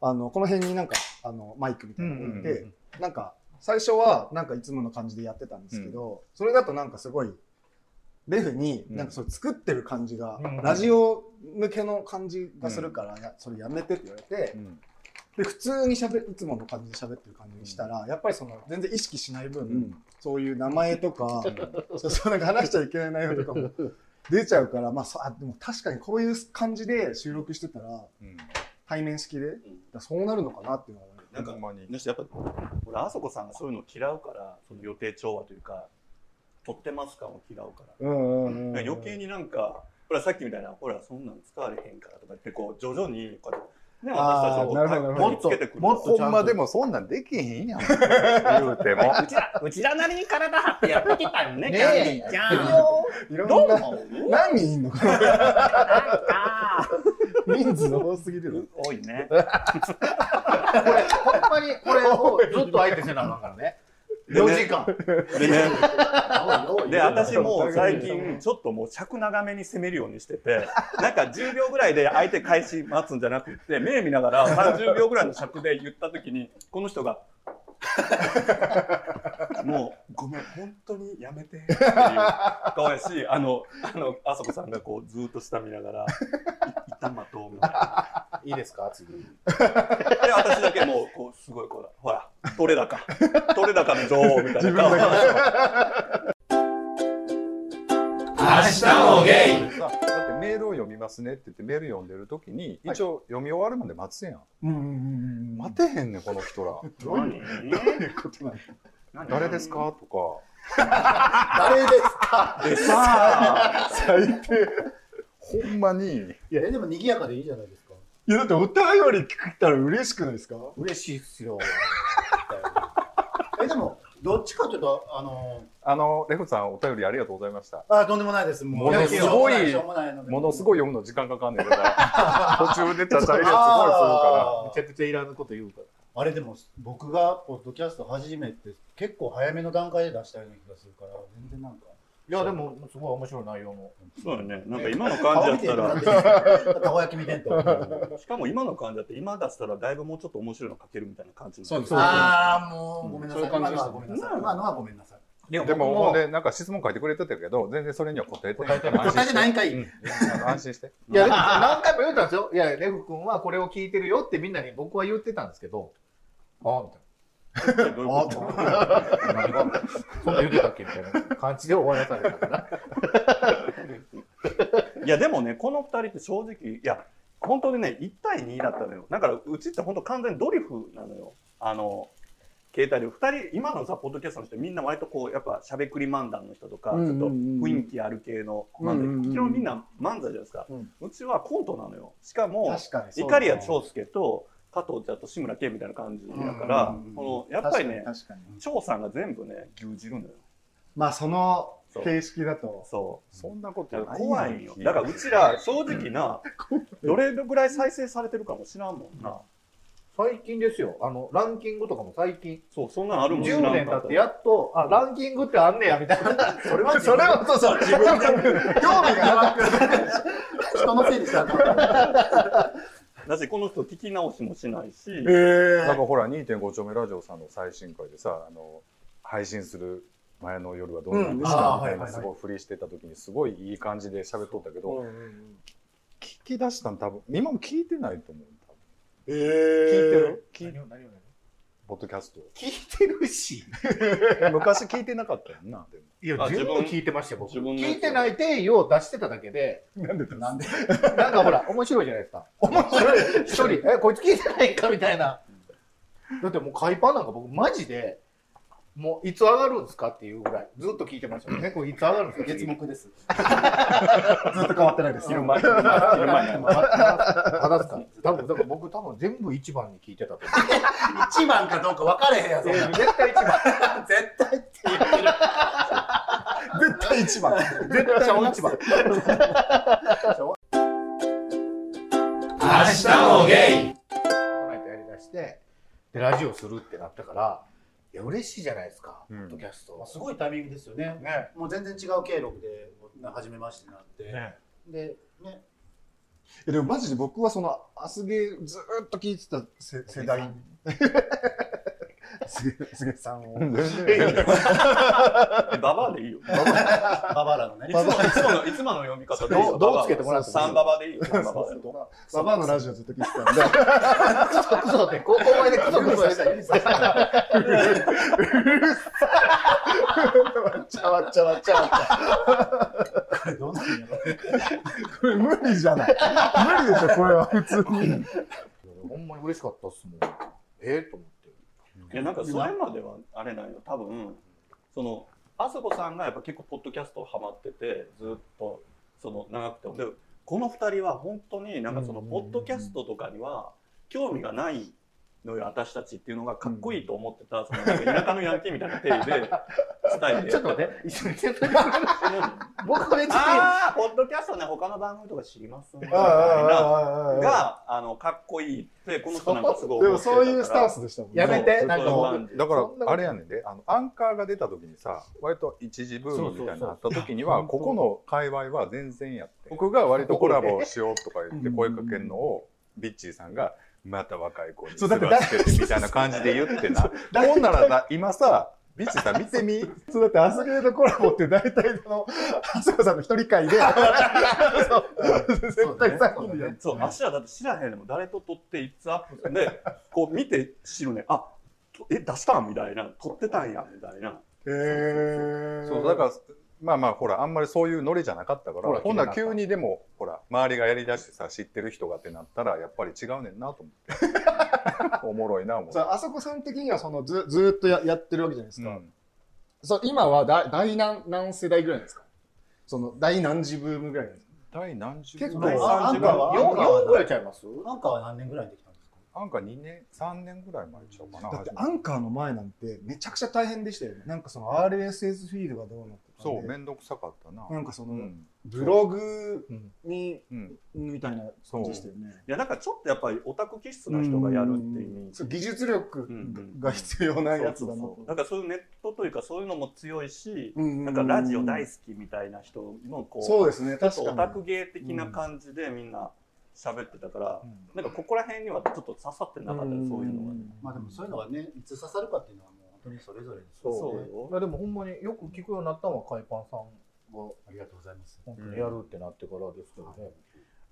あのこの辺になんかあのマイクみたいなの置いて、うんうんうなんか最初はなんかいつもの感じでやってたんですけど、それだとなんかすごいレフにうんなんかそれ作ってる感じが、うんラジオ向けの感じがするから、いやそれやめてって言われて、うんで普通にしゃべいつもの感じで喋ってる感じにしたら、やっぱりその全然意識しない分、うんそういう名前とか、 そうそうなんか話しちゃいけない内容とかも 出ちゃうから、まあ、そあでも確かにこういう感じで収録してたらうん対面式で、だからそうなるのかなっていうのは思うなんかほんまにだしやっぱ俺あそこさんがそういうの嫌うからその予定調和というか取ってます感を嫌うから,、うんうんうん余計になんかほらさっきみたいなほらそんなん使われへんからとかってこう徐々にこうやってねあ私たちーをなるほどなるほどもっとつけてくるもっとほんまでもそんなんできへんやん。言うても。うちらうちらなりに体張ってやってきたよねねキえャンディーちゃんいろんどうなも何人いんのかなあ人数多すぎるのー多いねほんまにこ れをずっと相手せなあかんからね。でね4時間。でねーで私もう最近ちょっともう尺長めに攻めるようにしててなんか10秒ぐらいで相手開始待つんじゃなくって目見ながら30秒ぐらいの尺で言った時にこの人が「もうごめん本当にやめて」っていう顔やしあのあのあそこさんがこうずーっと下見ながら「いいたまと」みたいないいですか次。で私だけもうこうすごいこうだほら取れ高取れ高の女王みたいな顔明日もゲイだってメールを読みますねって言ってメール読んでる時に一応読み終わるまで待つやん、うんうんうんうん待てへんねんこの人ら何誰ですかとか誰ですでさあほんまにいや、でも賑やかでいいじゃないですか。いやだってお便り聞いたら嬉しくないですか嬉しいっすよ。え、でも、どっちかというと、あのあのレフさんお便りありがとうございましたー、あ、とんでもないです。もものすごいしょうもないのでものすい。ごい読むの時間かかんねんから途中で立ち上げるやつすごいするかあめちーゃくちゃいらぬこと言うから。あれでも、僕がポッドキャスト初めて、結構早めの段階で出したような気がするから、全然なんか。いや、でも、すごい面白い内容の。そうだね。なんか今の感じだったら、ら。たこ焼き見てんと。しかも今の感じだって今出したらだいぶもうちょっと面白いの書けるみたいな感じになそうるですそうですああ、もう、ごめんなさい。そういう今感のじでしはたごめんなさい。今のはごめんなさい。らでもほんでなんか質問書いてくれてたけど全然それには答えてないから安答え心しててないんかい。あの安心していや、でも何回も言ったんですよ。いや、レフ君はこれを聞いてるよってみんなに僕は言ってたんですけど、ああ、みたいどういうことな。何がそんな言ってたっけみたいな感じで終わらされたから。 いやでもねこの2人って正直いや本当にね1対2だったのよだからうちって本当完全にドリフなのよあの携帯で2人今のさポッドキャストの人みんな割とこうやっぱしゃべくり漫談の人とか、うんうんうんちょっと雰囲気ある系の漫才、うんうんうん基本みんな漫才じゃないですか、ううんちはコントなのよしかも確かにそうだ怒りや長介と加藤ちゃんと志村けんみたいな感じだから、うんうんうんこのやっぱりね確かに確かに長さんが全部ね牛耳るのよまあそのそう形式だとそうそんなことだなかいら怖いんよ。だからうちら正直な、どれぐらい再生されてるかも知らんもんな。最近ですよ。あの、ランキングとかも最近。そう、そんなのあるもん知らん10年経ってやっと、あ、ランキングってあんねや、みた いな。それは、それは、そうそう。興味がなく人のせいにしたんだだし、この人聞き直しもしないし、なんかほら2.5丁目ラジオさんの最新回でさあの配信する前の夜はどうなんでしうんあたーみたいははないいすごいふりしてた時にすごいいい感じで喋っとったけど、聞き出したん多分今も聞いてないと思う多分聞えいてーる聞い何を何をポッドキャスト聞いてるし。昔聞いてなかったよなでもいやあ、十自分分聞いてましたよ、僕。自分のやつ聞いてない定義を出してただけで、なんでなんかほら、面白いじゃないですか。面白い。一人、え、こいつ聞いてないんかみたいな。だってもう海パンなんか僕マジで、もういつ上がるんですかっていうぐらい、ずっと聞いてましたもんね。これいつ上がるんですか月次目です。ずっと変わってないです。昼前、昼前昼前に。話すか。多分、だから僕多分全部一番に聞いてたと思う。一番かどうか分かれへんやつ。絶対一番。絶対って言ってる。絶対一番絶対一番。明日もゲイこないとやりだして、で、ラジオするってなったから、いや、嬉しいじゃないですか、うポんッドキャスト。すごいタイミングですよね。ね。もう全然違う経路で初めましてになって、でねでもマジで僕はそのアスゲーずーっと聞いてた世世代すげすげさんを全然えババアでいいよ。ババアラのねいつもいつもの、いつもの読み方でいいよ。どうどうつけてもらうう三ババアでいいよ。三ババアでババアのラジオずっと聞いてたんでクソクソって、高校前でクソクソしてた。ちゃわっちゃわっちゃわっちゃこれどうなるんやろこれ無理じゃない無理でしょこれは普通にほんまに嬉しかったっすもん。ええと思って。いや、なんかそれまではあれなんよ。多分、その、あそこさんがやっぱ結構ポッドキャストハマってて、ずっと、その、長くても。で、この二人は本当になんかその、ポッドキャストとかには興味がないのよ、私たちっていうのがかっこいいと思ってた、その、なんか田舎のヤンキーみたいな定義で伝えて。ちょっと待って、一緒に全部僕は別に、ああ、ポッドキャストね、他の番組とか知りますみたいな。がが、あの、かっこいいって、この人なんかすごいで思もってたそから。ういうスタンスでしたもんやめて、なんかもう、だそんなこかとらあれやねんであのアンカーが出た時にさ割と一時ブームみたいなのあった時にはここの界隈は全然やって僕が割とコラボしようとか言って声かけるのをビッチーさんがまた若い子にすがつけてみたいな感じで言って なほんならな今さビッチーさん見てみそうだってアスゲーとコラボって大体そのあそこさんの一人会で絶対3人でやるそう、足はだって知らへんでもん誰と撮って、いつアップで、こう見て知るね、あとえ、出したんみたいな、撮ってたんや、みたいな。へえそうだからまあまあほらあんまりそういうノリじゃなかったからほらほんなら急にでもほら周りがやりだしてさ知ってる人がってなったらやっぱり違うねんなと思 っておもろいな思ってそう。あそこさん的にはそのずずーっとややってるわけじゃないですか、うんそう今はだ第何何世代ぐらいなんですかその第何時ブームぐらいなんですか第何十結構第あ30アンカーは4、4ぐらいちゃいますアンカーは何年ぐらいにできたんですかアンカー2年3年ぐらい前ちゃうかなだって初めてアンカーの前なんてめちゃくちゃ大変でしたよねなんかその RSS フィードがどうのとかそうね面倒くさかったななんかその、うんブログにうんみたいな感じでしたよねいや、なんかちょっとやっぱりオタク気質な人がやるっていう意味。そう技術力うんが必要なやつそだなうとそうだからそういうネットというかそういうのも強いし、ななんかラジオ大き好きみたいな人のこう、そうですねちょっと確オかタにク芸的な感じでみんな喋ってたから、なんかここら辺にはちょっと刺さってなかったよ、そういうのがね。まあでもそういうのはねいつ刺さるかっていうのはもう本当にそれぞれですそうそうまよ。あでもほんまによく聞くようになったのは、海パンさんがありがとうございます本当にやるってなってからですけどね。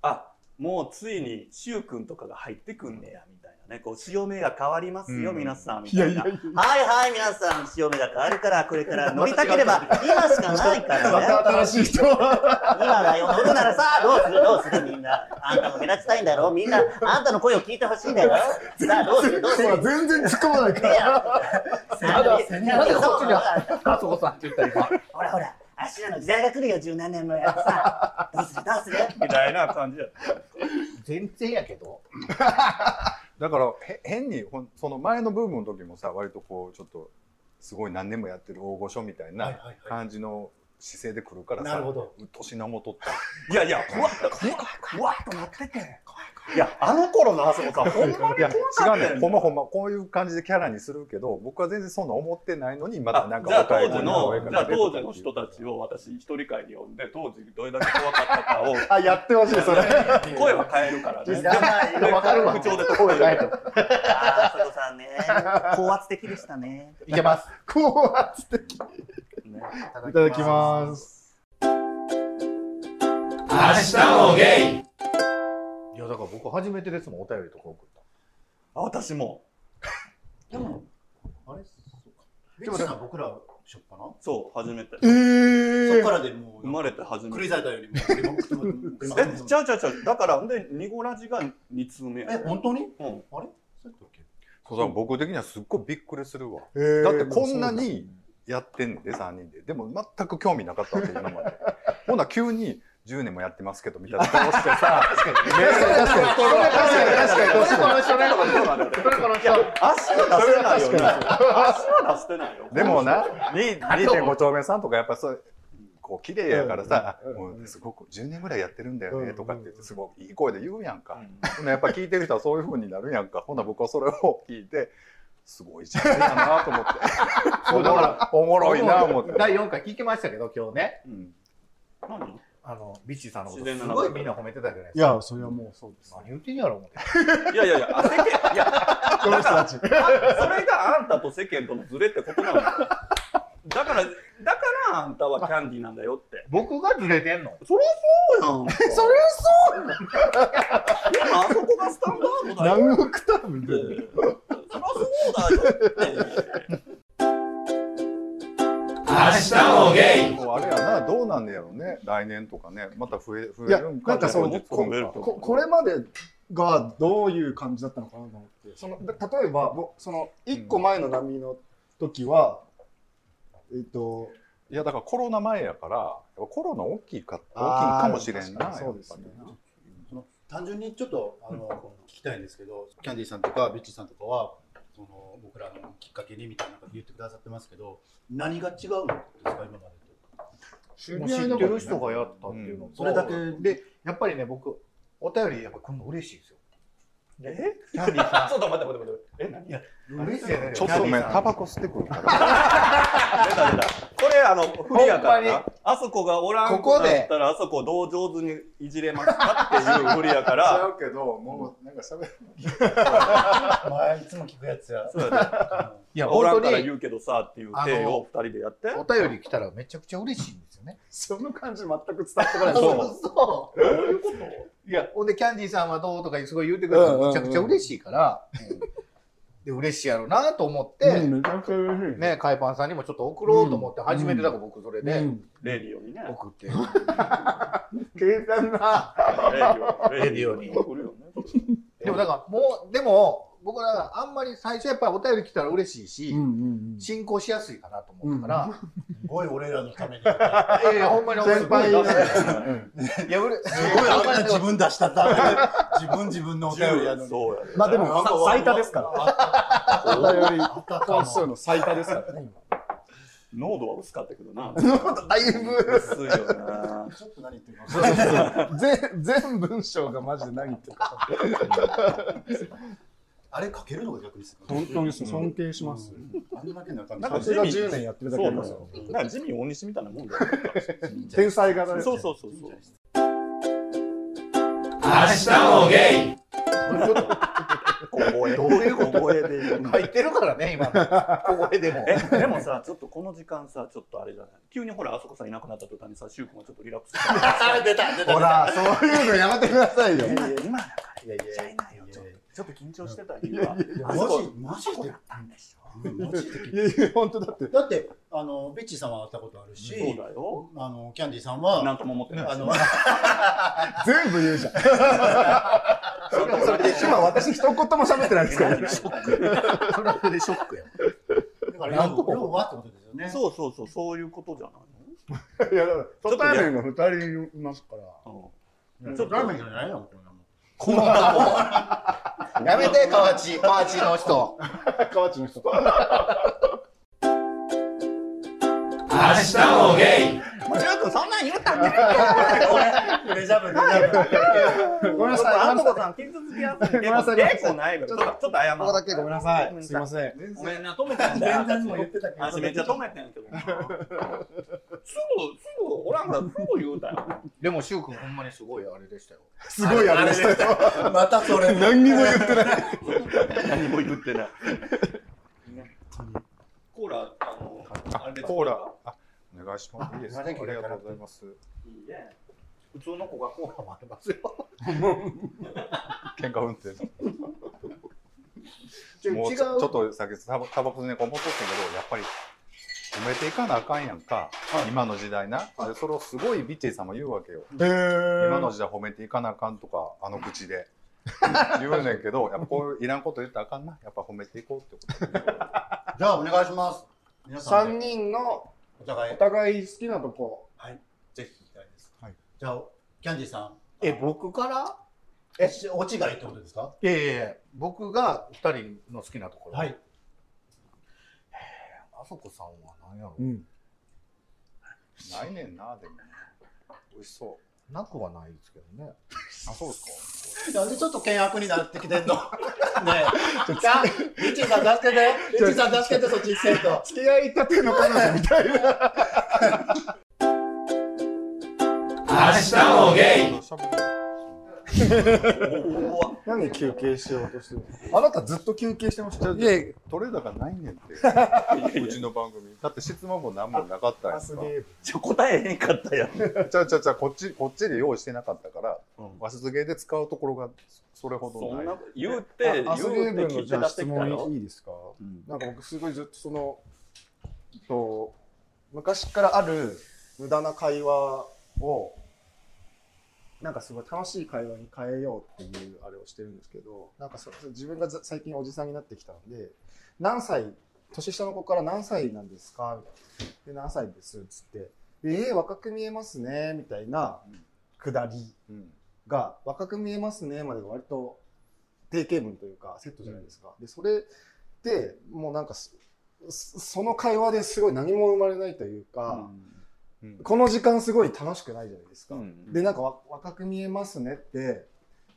あ、もうついに柊君とかが入ってくんねやみたいなねこう潮目が変わりますよ、うん皆さんみいたやいいなやいや、はいはい、皆さん、潮目が変わるから、これから乗りたければ、今しかないからね。新しい人今だよ、乗るならさ、どうするどうするみんな。あんたも目立ちたいんだろみんな、あんたの声を聞いてほしいんだよ。さあ、どうするどうする全然突っ込まないかねえら。やまださあなんでこっちにそうあそこさんって言ったり今。ほらほら、あっしらの時代が来るよ、十何年もやさあ、どうするどうするみたいな感じやった全然やけど。だからへ変にほんその前のブームの時もさ割とこうちょっとすごい何年もやってる大御所みたいはいなはいは感じの姿勢で来るからい。さ、なるほど。うっとしなもとっていやいやふわっとふわっとふわっとなってていやあの頃のあそこさんほんまいやかった違ようねんほんまほんまこういう感じでキャラにするけど僕は全然そんな思ってないのにまた なんじゃあか当い時のじゃあ当時の人たちを私一人会に呼んで当時どれだけ怖かったかをあ、やってほしい、それ。声は変えるからねいやわ かるわ。口調で声がないと。ああ、佐藤さんね、高圧的でしたね。いけます。こうやってねいただきます。いやだから僕初めてですもんお便りとか送った。あ私もでも、あれそうか。ビッチさん僕らしょっぱなそう初めてえーそっからでもう、生まれて初めクリてザイタよりも送り まくってまくってまえす、ちゃうちゃうちゃうだからほんでニゴラジが2通目やえ、本当にうんあれそうやったっけそうだから僕的にはすっごいびっくりするわえーだってこんなにやってんで3人ででも全く興味なかったわけ今までほな急に10年もやってますけどみたいな顔してさ確かに確かに。確かに確かに確かに。の人ね。それこの人。足は出せないよね足は出してないよでもなに2.5丁目さんとかやっぱそうこう綺麗やからさ、もうすごく10年ぐらいやってるんだよねとかって言ってすごくいい声で言うやんか、ほなやっぱ聞いてる人はそういう風になるやんかほな僕はそれを聞いてすごい人生だなと思ってそうだからおもろいな思って。第4回聞きましたけど今日ね。うん何あのビッチーさんのこと自す然なごいみんな褒めてたじゃないいですか。や、それはもうそうです。何言ってんやろ思って。いやいやいやあ世間いやこの人たち。それがあんたと世間とのズレってことなのだからだからあんたはキャンディーなんだよって僕がずれてんの。そりゃそうやんそりゃそうやんでもあそこがスタンダードだよ何億ターブみそたいりな。ゃそうだよってもうあれやなどうなんねやろうね来年とかねまた増え増えいやるんなんかそねのこここれまでがどういう感じだったのかなと思ってそのだ例えばぼその1個前の波の時は、えっといやだからコロナ前やからコロナ大きいか大あきーいかもしれんなそうですねやっぱりその単純にちょっとあの、聞きたいんですけど、キャンディーさんとかビッチーさんとかは、その僕らのきっかけにみたいなこと言ってくださってますけど、何が違うんですか、今までと。知ってる人がやったっていうのと、それだけでやっぱりね僕お便りやっぱ来るの嬉しいですよえキャンディーちさょっと待って待って待ってえ何やん嬉しいですねちょっとごめんタバコ吸ってくる から出た出た。これあの不利やからほんまな。あそこがおらんこくこでなったらあそこどう上手にいじれますかっていう不利やから。 うけどもうなんか喋る前いつも聞くやつや。そうやね。いやおらん本か当らに言うけどさっていう手を二人でやって。お便り来たらめちゃくちゃ嬉しいんですよねその感じ全く伝わってこないそうそういやほんでキャンディーさんはどうとかすごい言ってくれたうんうんうらめんちゃくちゃ嬉しいから、で嬉しいやろうなと思って、めちゃくちゃ嬉しいねカイパンさんにもちょっと送ろうと思って初めてだから僕それ うでんレディオにね。送って、計算なレディオレディオに送るよね。でもだからもうでも僕らがあんまり最初やっぱりお便り来たら嬉しいし、うんうん進行しやすいかなと思ったから、すごい俺らのため に。いやいや、ほんまに先輩いのや、うれ、すごいあんな自分出したった。自分自分のお便りやのに。そうやね。まあでもなんかさ最多ですからあお便りあったかも本数の最多ですからね濃度は薄かったけどな。だいぶ薄いよな。ちょっと何言ってるか分かんない全 全文章がマジで何言ってるかあれかけるのが逆にすごい本当に尊敬しますあんだけ中身なんさかすが10年やってるだけそうなありまのすよよ。なんかジミー大西みたいなもんだよ。天才型ですそうそうそうそう。明日もゲイちょっと小声どういうこと小声で言う入ってるからね、今の。小声でも。えでもさちょっとこの時間さちょっとあれじゃない急にほらあそこさんいなくなった途端にさ柊君がちょっとリラックスして出た出たほら、そういうのやめてくださいよ。今今だからいやいや言っちゃいなよいやいやちょっとちょっと緊張してた理由はマジマジでだったんでしょマジでいやいや、本当だって。だってあのベッチーさんは会ったことあるし、そうだよあのキャンディーさんはなんとも思ってないあしの全部言うじゃん。 それで今私一言も喋ってないですから。それはそれでショックや。だから要は要はってことですよね。そうそうそうそういうことじゃないいや、だから、初対面が二人いますから。のちょっとラーメンじゃないよこんなもん。こんなもんやめて、河内、河内の人。河内の人。もうジュー君そんなん言ったんだよデジャブデジャブ。ごめんなさい。あんこさん傷つきやすいけど結構ないからちょっとちょっと謝ここだけごめんなさい。すいませせん。んごめんな止めたんだ全然も言ってたけど。私めっちゃ止めてんけどなすぐすぐおらんからすぐ言うたよでも、く君ほんまにすごいあれでしたよ。すごいあれでしたよ。 またそれ。何にも言ってない。何も言ってない。コーラ、あの、あれですかコーラ。あお願いします。いいですか。あすいませんりがとうございます。いいね。普通のコカ・コーラもありますよ。喧嘩運転。違うもうちょちょっとさっきタバタバコの猫持っとったけどやっぱり埋めていかなあかんやんか、今の時代な、でそれをすごいビッチーさんも言うわけよ、今の時代褒めていかなあかんとかあの口で言うねんけどやっぱこういらんこと言ったらあかんなやっぱ褒めていこうってことじゃあお願いします。皆さん三で人のお互いお互い好きなとこ。ぜひ聞きたいです。はいじゃあキャンディーさん。え、僕からえしお違いってことですか。いやいやいや、僕が二人の好きなところ。はい。あそこさんは何やろうん。ないねんなでも美味しそなくはないですけどね。うあそうですなんでちょっと険悪になってきてんの。ねえ。じゃあリッチーさん助けて。リッチーさん助けてそっち行せんと。付き合いたての彼女みたいな。か何休憩しようとしてるのあなたずっと休憩してましたよ。いや、取れ高ないねんってうちの番組だって質問も何もなかったやんかちょ、答えへんかったやん。ちゃうちゃうちゃうこっちこっちで用意してなかったから、和室芸で使うところがそれほどそないんな、言うて、あア言スゲーうてブ聞のいじてゃ出あして質きた問よい。いですかうんなんか僕すごいずっとその、と昔からある無駄な会話を、なんかすごい楽しい会話に変えようっていうあれをしてるんですけど、なんかそそ自分がざ最近おじさんになってきたんで、何歳、年下の子から何歳なんですかみたいな。で、何歳ですっつって、えー、若く見えますねみたいなくだりうんが、若く見えますねまでが割と定型文というかセットじゃないですか。で、それでもうなんかす、すその会話ですごい何も生まれないというか、うんこの時間すごい楽しくないじゃないですか。うんで、なんかわ若く見えますねって、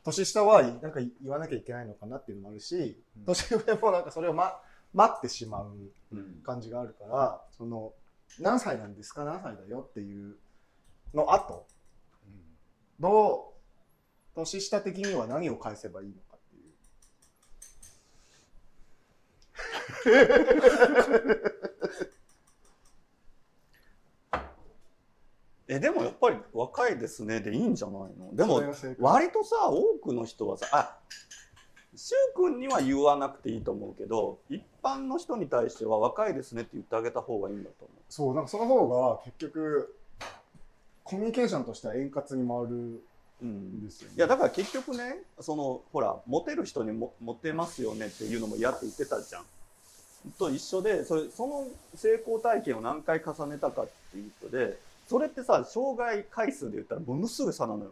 年下はいなんか言わなきゃいけないのかなっていうのもあるし、うん年上もなんかそれを、ま、待ってしまううん感じがあるから、その、何歳なんですか何歳だよっていうの後の、年下的には何を返せばいいのかっていう。え、でもやっぱり若いですねでいいんじゃないのでそれも、が正解割とさ、多くの人はさ、あ、しゅうくんには言わなくていいと思うけど、一般の人に対しては若いですねって言ってあげた方がいいんだと思う。そうなんかその方が結局コミュニケーションとしては円滑に回るうんんで。すよね。いやだから結局ねそのほらモテる人にもモテますよねっていうのも嫌って言ってたじゃん。と一緒でそれその成功体験を何回重ねたかっていうことでそれってさ障害回数で言ったらものすごい差なのよ。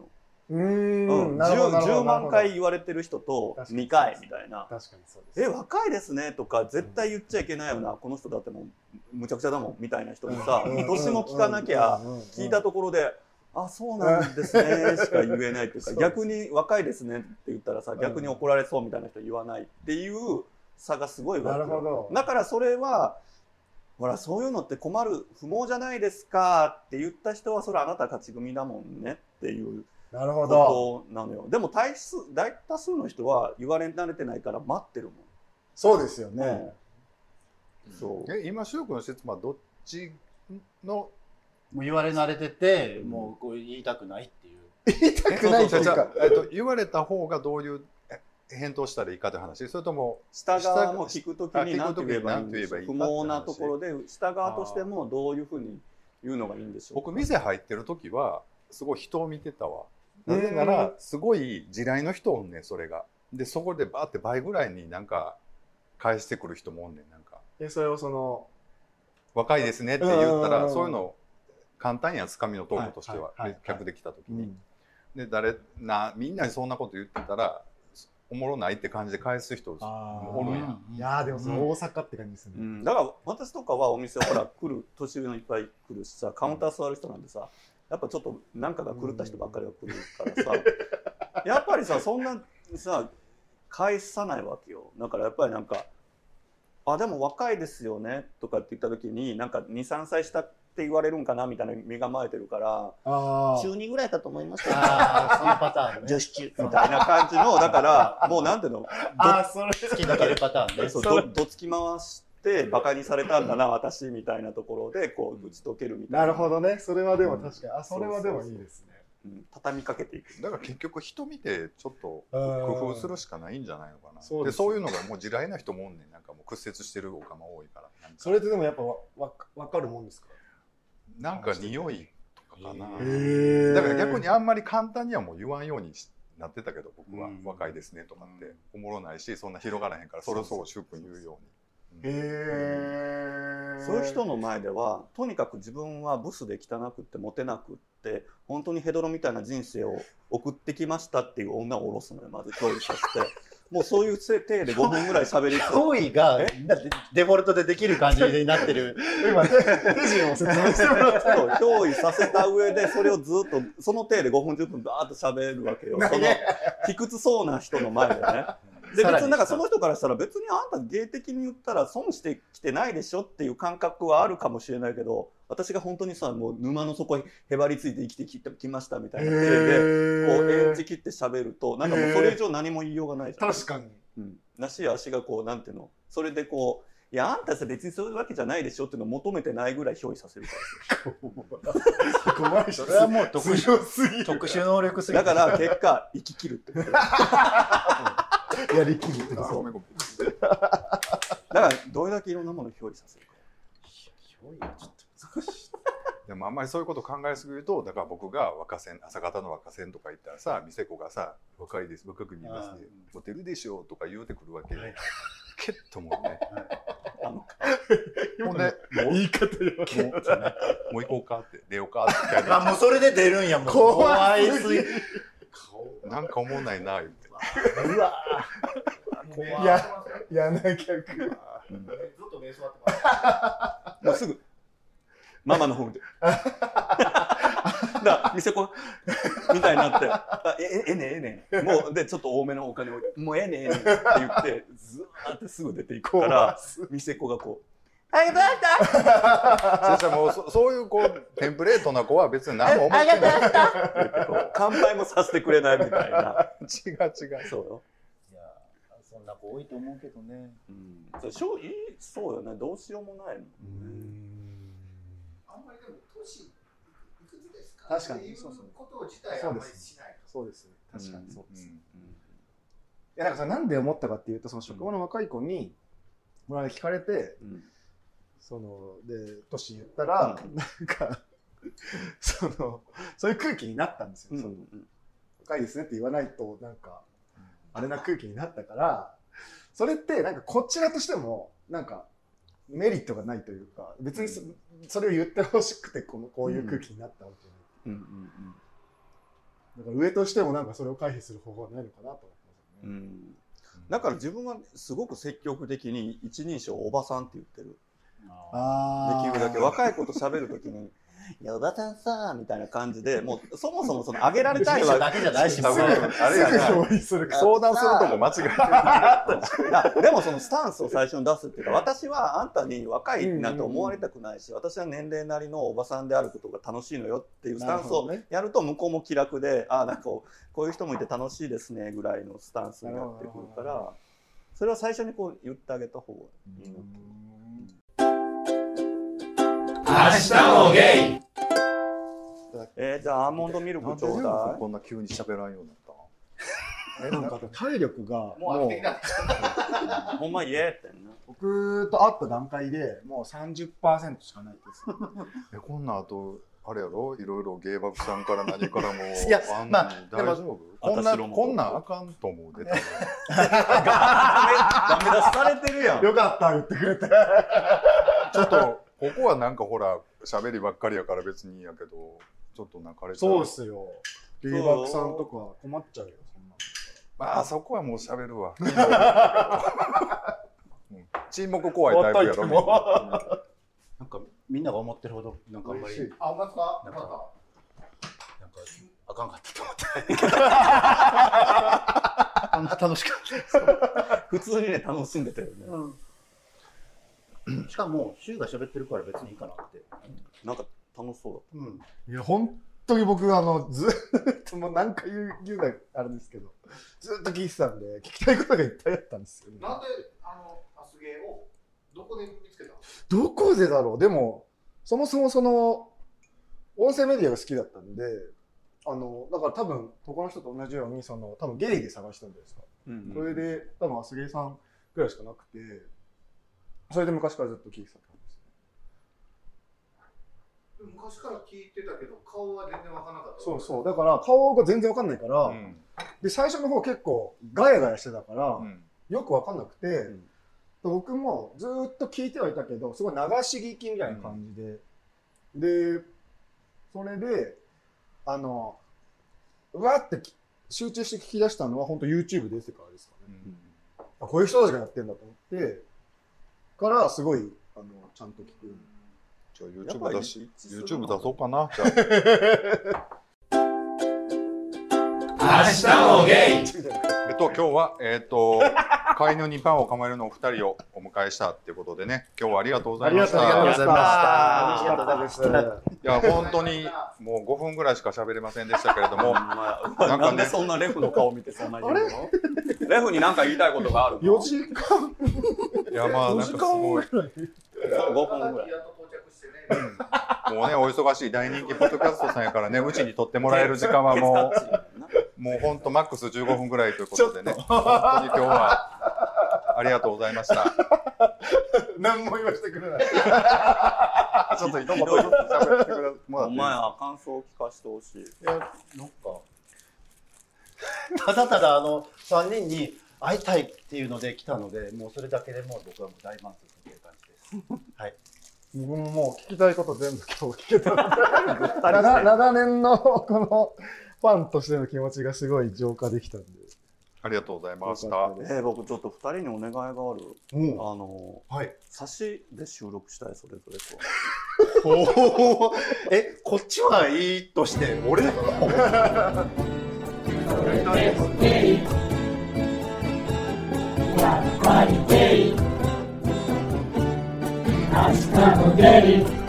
うーん、なるほどなるほ10どなる万ほど回言われてる人と確かに2回みたいな。確かにそうです。え若いですねとか絶対言っちゃいけないよなこの人だってもうむちゃくちゃだもんみたいな人にさ年も聞かなきゃ聞いたとところで、あ、そうなんですね、 しか言えないというか、逆に若いですねって言ったらさ、逆に怒られそうみたいな人言わないっていう差がすごいわなけるよほど。だからそれは、ほら、そういうのって困る、不毛じゃないですかって言った人は、それあなた勝ち組だもんねっていうなるほど。ことなのよでも大数大多数の人は言われ慣れてないから待ってるもんそうですよね。そうえ今、主君の質問はどっちのもう言われ慣れてて、もうこう言いたくないっていう。痛くないというじゃか。あえっと、言われた方がどういうえ返答したらいいかという話それとも下側も聞くときに下何がて言えばいいん聞でしくょうときに何て言えばいいかって不毛なところで下側としてもどういうふうに言うのがいいんでしょう僕店入ってる時はすごい人を見てたわなぜならすごい地雷の人おんねんそれがでそこでバーって倍ぐらいになんか返してくる人もおんねんなんかえ、それをその、若いですねって言ったうんうんらうんそういうの簡単やつかみのトークとしてははいはいはいで客で来た時うにんで誰なみんなにそんなこと言ってたらおもろないって感じで返す人あもおるんーやんいやーでもその大阪って感じですうね。ん、だから私とかはお店ほら来る年上のいっぱい来るしさカウンター座る人なんでさやっぱちょっとなんかが狂った人ばっかりが来る からさやっぱりさそんなさ返さないわけよだからやっぱりなんか「あでも若いですよね」とかって言った時になんか23歳下って言われるんかなみたいな身構えてるからあ中2ぐらいだと思いますよ。ああ、そのパター ンね。女子中。みたいな感じのだからもうなんていうのあ、それ。好きになれるパターンね。そうどどつき回してバカにされたんだな私みたいなところでこう打ち解けるみたいな。なるほどね。それはでも確かに。あ、それはでもいいですね。うん畳みかけていく。だから結局人見てちょっと工工夫するしかないんじゃないのかなそうでですそういうのがもう地雷な人もおんねんなんかもう屈折してるおかま多いからなんかそれってでもやっぱわわわかるもんですかなんか匂いとかかな、えだから逆にあんまり簡単にはもう言わんようにしなってたけど僕はうん若いですねとかっておもろないしそんな広がらへんからそろそろ習君言うように、へえそういう人の前ではとにかく自分はブスで汚くってモテなくって本当にヘドロみたいな人生を送ってきましたっていう女を下ろすのよまず教育させて。もうそういうせ体で5分ぐらい喋りそう。行為がえなデデフォルトでできる感じになってる。今ね手順を説明してもらっそう憑依させた上でそれをずっとその体で5分10分バーッと喋るわけよその卑屈そうな人の前 でねでさら別にになんかその人からしたら別にあんた芸的に言ったら損してきてないでしょっていう感覚はあるかもしれないけど私が本当にさもう沼の底へへばりついて生きてきてきましたみたいな体でこう演じきって喋るとなんかもうそれ以上何も言いようがないじゃん。確かにうん、なし足がこうなんていうのそれでこういやあんたさ別にそういうわけじゃないでしょっていうのを求めてないぐらい憑依させるから。怖い人それはもう特強殊、すぎる特殊能力すぎだる。から結果生き切るってことだかやりきるあごめんごめんらどれだけいろんなものを憑依させるかでもあんまりそういうこと考えすぎるとだから僕が若線朝方の若線とか行ったらさ店子がさ「若いです若く見えますねモテるでしょ」とか言うてくるわけよ、はいけっともうねあの ほんで言い方よもうもう行こうかって出ようかってみたいあ、なもうそれで出るんやもん。怖い怖いすぎるなんか思んないな言ってうわいややな客ずっと瞑想ってます。もうすぐママの方でだから店子みたいになってあ「えええねええねえ」もうでちょっと多めのお金を「もうええねええね」って言ってずーってすぐ出ていくから店子がこあげたあげそしたらもうそそういうこうテンプレートな子は別に何も思たっあてなげいたあげたうやってこう乾杯もさせてくれないみたいな違う違うそうよ、いやそんな子多いと思うけどね。うん、それしょういいそうよねどうしようもないのあんまりでも、年いくつですか確かにっていうそうそうこと自体はあんまりしない。そうですね確かにそううです、いんやなんかそれなんで思ったかっていうとその職場の若い子にこの間聞かれてうんそので年言ったら、なんか そのそういう空気になったんですよ、うんその若いですねって言わないとなんかあれな空気になったからそれってなんかこちらとしてもなんかメリットがないというか別にそ,、れを言ってほしくてこのこういう空気になったわけじうんうんうんゃないだから上としてもなんかそれを回避する方法はないのかなと思ってますうよね、んだから自分はすごく積極的に一人称おばさんって言ってるあ できるだけ若い子と喋るときにいや、おばさんさ、みたいな 感じで、ももうそもそもその上げられたいわだけじゃないし、多分あれやな相談するとも間違えてるいやでもそのスタンスを最初に出すっていうか私はあんたに若いなんて思われたくないし私は年齢なりのおばさんであることが楽しいのよっていうスタンスをやると向こうも気楽でああなんかこうこういう人もいて楽しいですねぐらいのスタンスになってくるからそれは最初にこう言ってあげた方がいいなと。もゲイえー、じゃあアーモンドミルクちょうだこんな急に喋らんようになったえなんか体力がもう飽きてきた。いほんま言えってんな僕と会った段階でもう30%しかないです。えこんなあとあれやろいろいろ芸爆さんから何からもやあんまなあんで大も丈夫こん私なのもこんなんあかんと思うで多分ダメ出しされてるやんよかった言ってくれて。ちょっとここはなんかほら喋りばっかりやから別にいいやけどちょっと泣かれちゃうそうっすよ。ゲイバックさんとか困っちゃうよそんなの。まあそこはもう喋る わうん沈黙怖いタイプやろみんななんかみんなが思ってるほどなんかあんまりあ、ほんまですかなんかなんかあかんかったと思って。 あんな楽しかっ普通にね楽しんでたよねた。しかも、柊が喋ってるから別にいいかなって。なんか楽しそうだっうん。いや本当に僕あのずっともう何回言う言うなあれですけどずっと聞いてたんで聞きたいことがいっぱいあったんですよ、なんで、あの、アスゲーを、どこで見つけたのどこでだろうでもそもそもその音声メディアが好きだったんであのだから多分他の人と同じようにその多分ゲイで探したんじゃないですか、た、うんそれで多分アスゲイさんぐらいしかなくてそれで昔からずっと聞いてた感じですね昔から聞いてたけど、顔は全然わからなかった。そうそうだから顔が全然わかんないから、うんで最初の方結構ガヤガヤしてたから、うんよくわかんなくて、んで僕もずーっと聞いてはいたけどすごい流し聞きみたいな感じで、でそれであのうわってき集中して聞き出したのは本当 YouTube 出てからですかねうんあこういう人たちがやってんだと思ってからすごいあのちゃんと聞くじゃあやっぱ YouTube り出し一致する YouTube な出そうかな じゃあもゲイえっと、今日は、えっと、飼い犬にパンを構えるのお二人をお迎えしたっていうことでね、今日はありがとうございました。ありがとうございましたありがとうございま楽しかったですいや、本当に、もう5分ぐらいしか喋れませんでしたけれど も、ななんんかねでそんなレフの顔見てそんな言う のレフに何か言いたいことがあるの4時間いや、まあ、なんかすごい、そう5分ぐらいやっと到着してね。もうね、お忙しい大人気ポッドキャストさんやからね、うちに撮ってもらえる時間はもケツカッチンなう、もう本当マックス15分ぐらいということでね、本当に今日は、ありがとうございました。何も言わせてくれない ちょっと一言ずつ喋ってくだお前さは感想を聞かせてほしいなんか、ただただあの、3人に会いたいっていうので来たので、もうそれだけでもう僕はもう大満足っていう感じです。僕ももう聞きたいこと全部今日聞けたので長長年のこのファンとしての気持ちがすごい浄化できたんで。ありがとうございましよかたった。ですえー、僕ちょっと2人にお願いがあるうんあのはい。差しで収録したいそれぞれとおお。え、こっちはいいとして、俺やっぱりゲイ明日もゲイ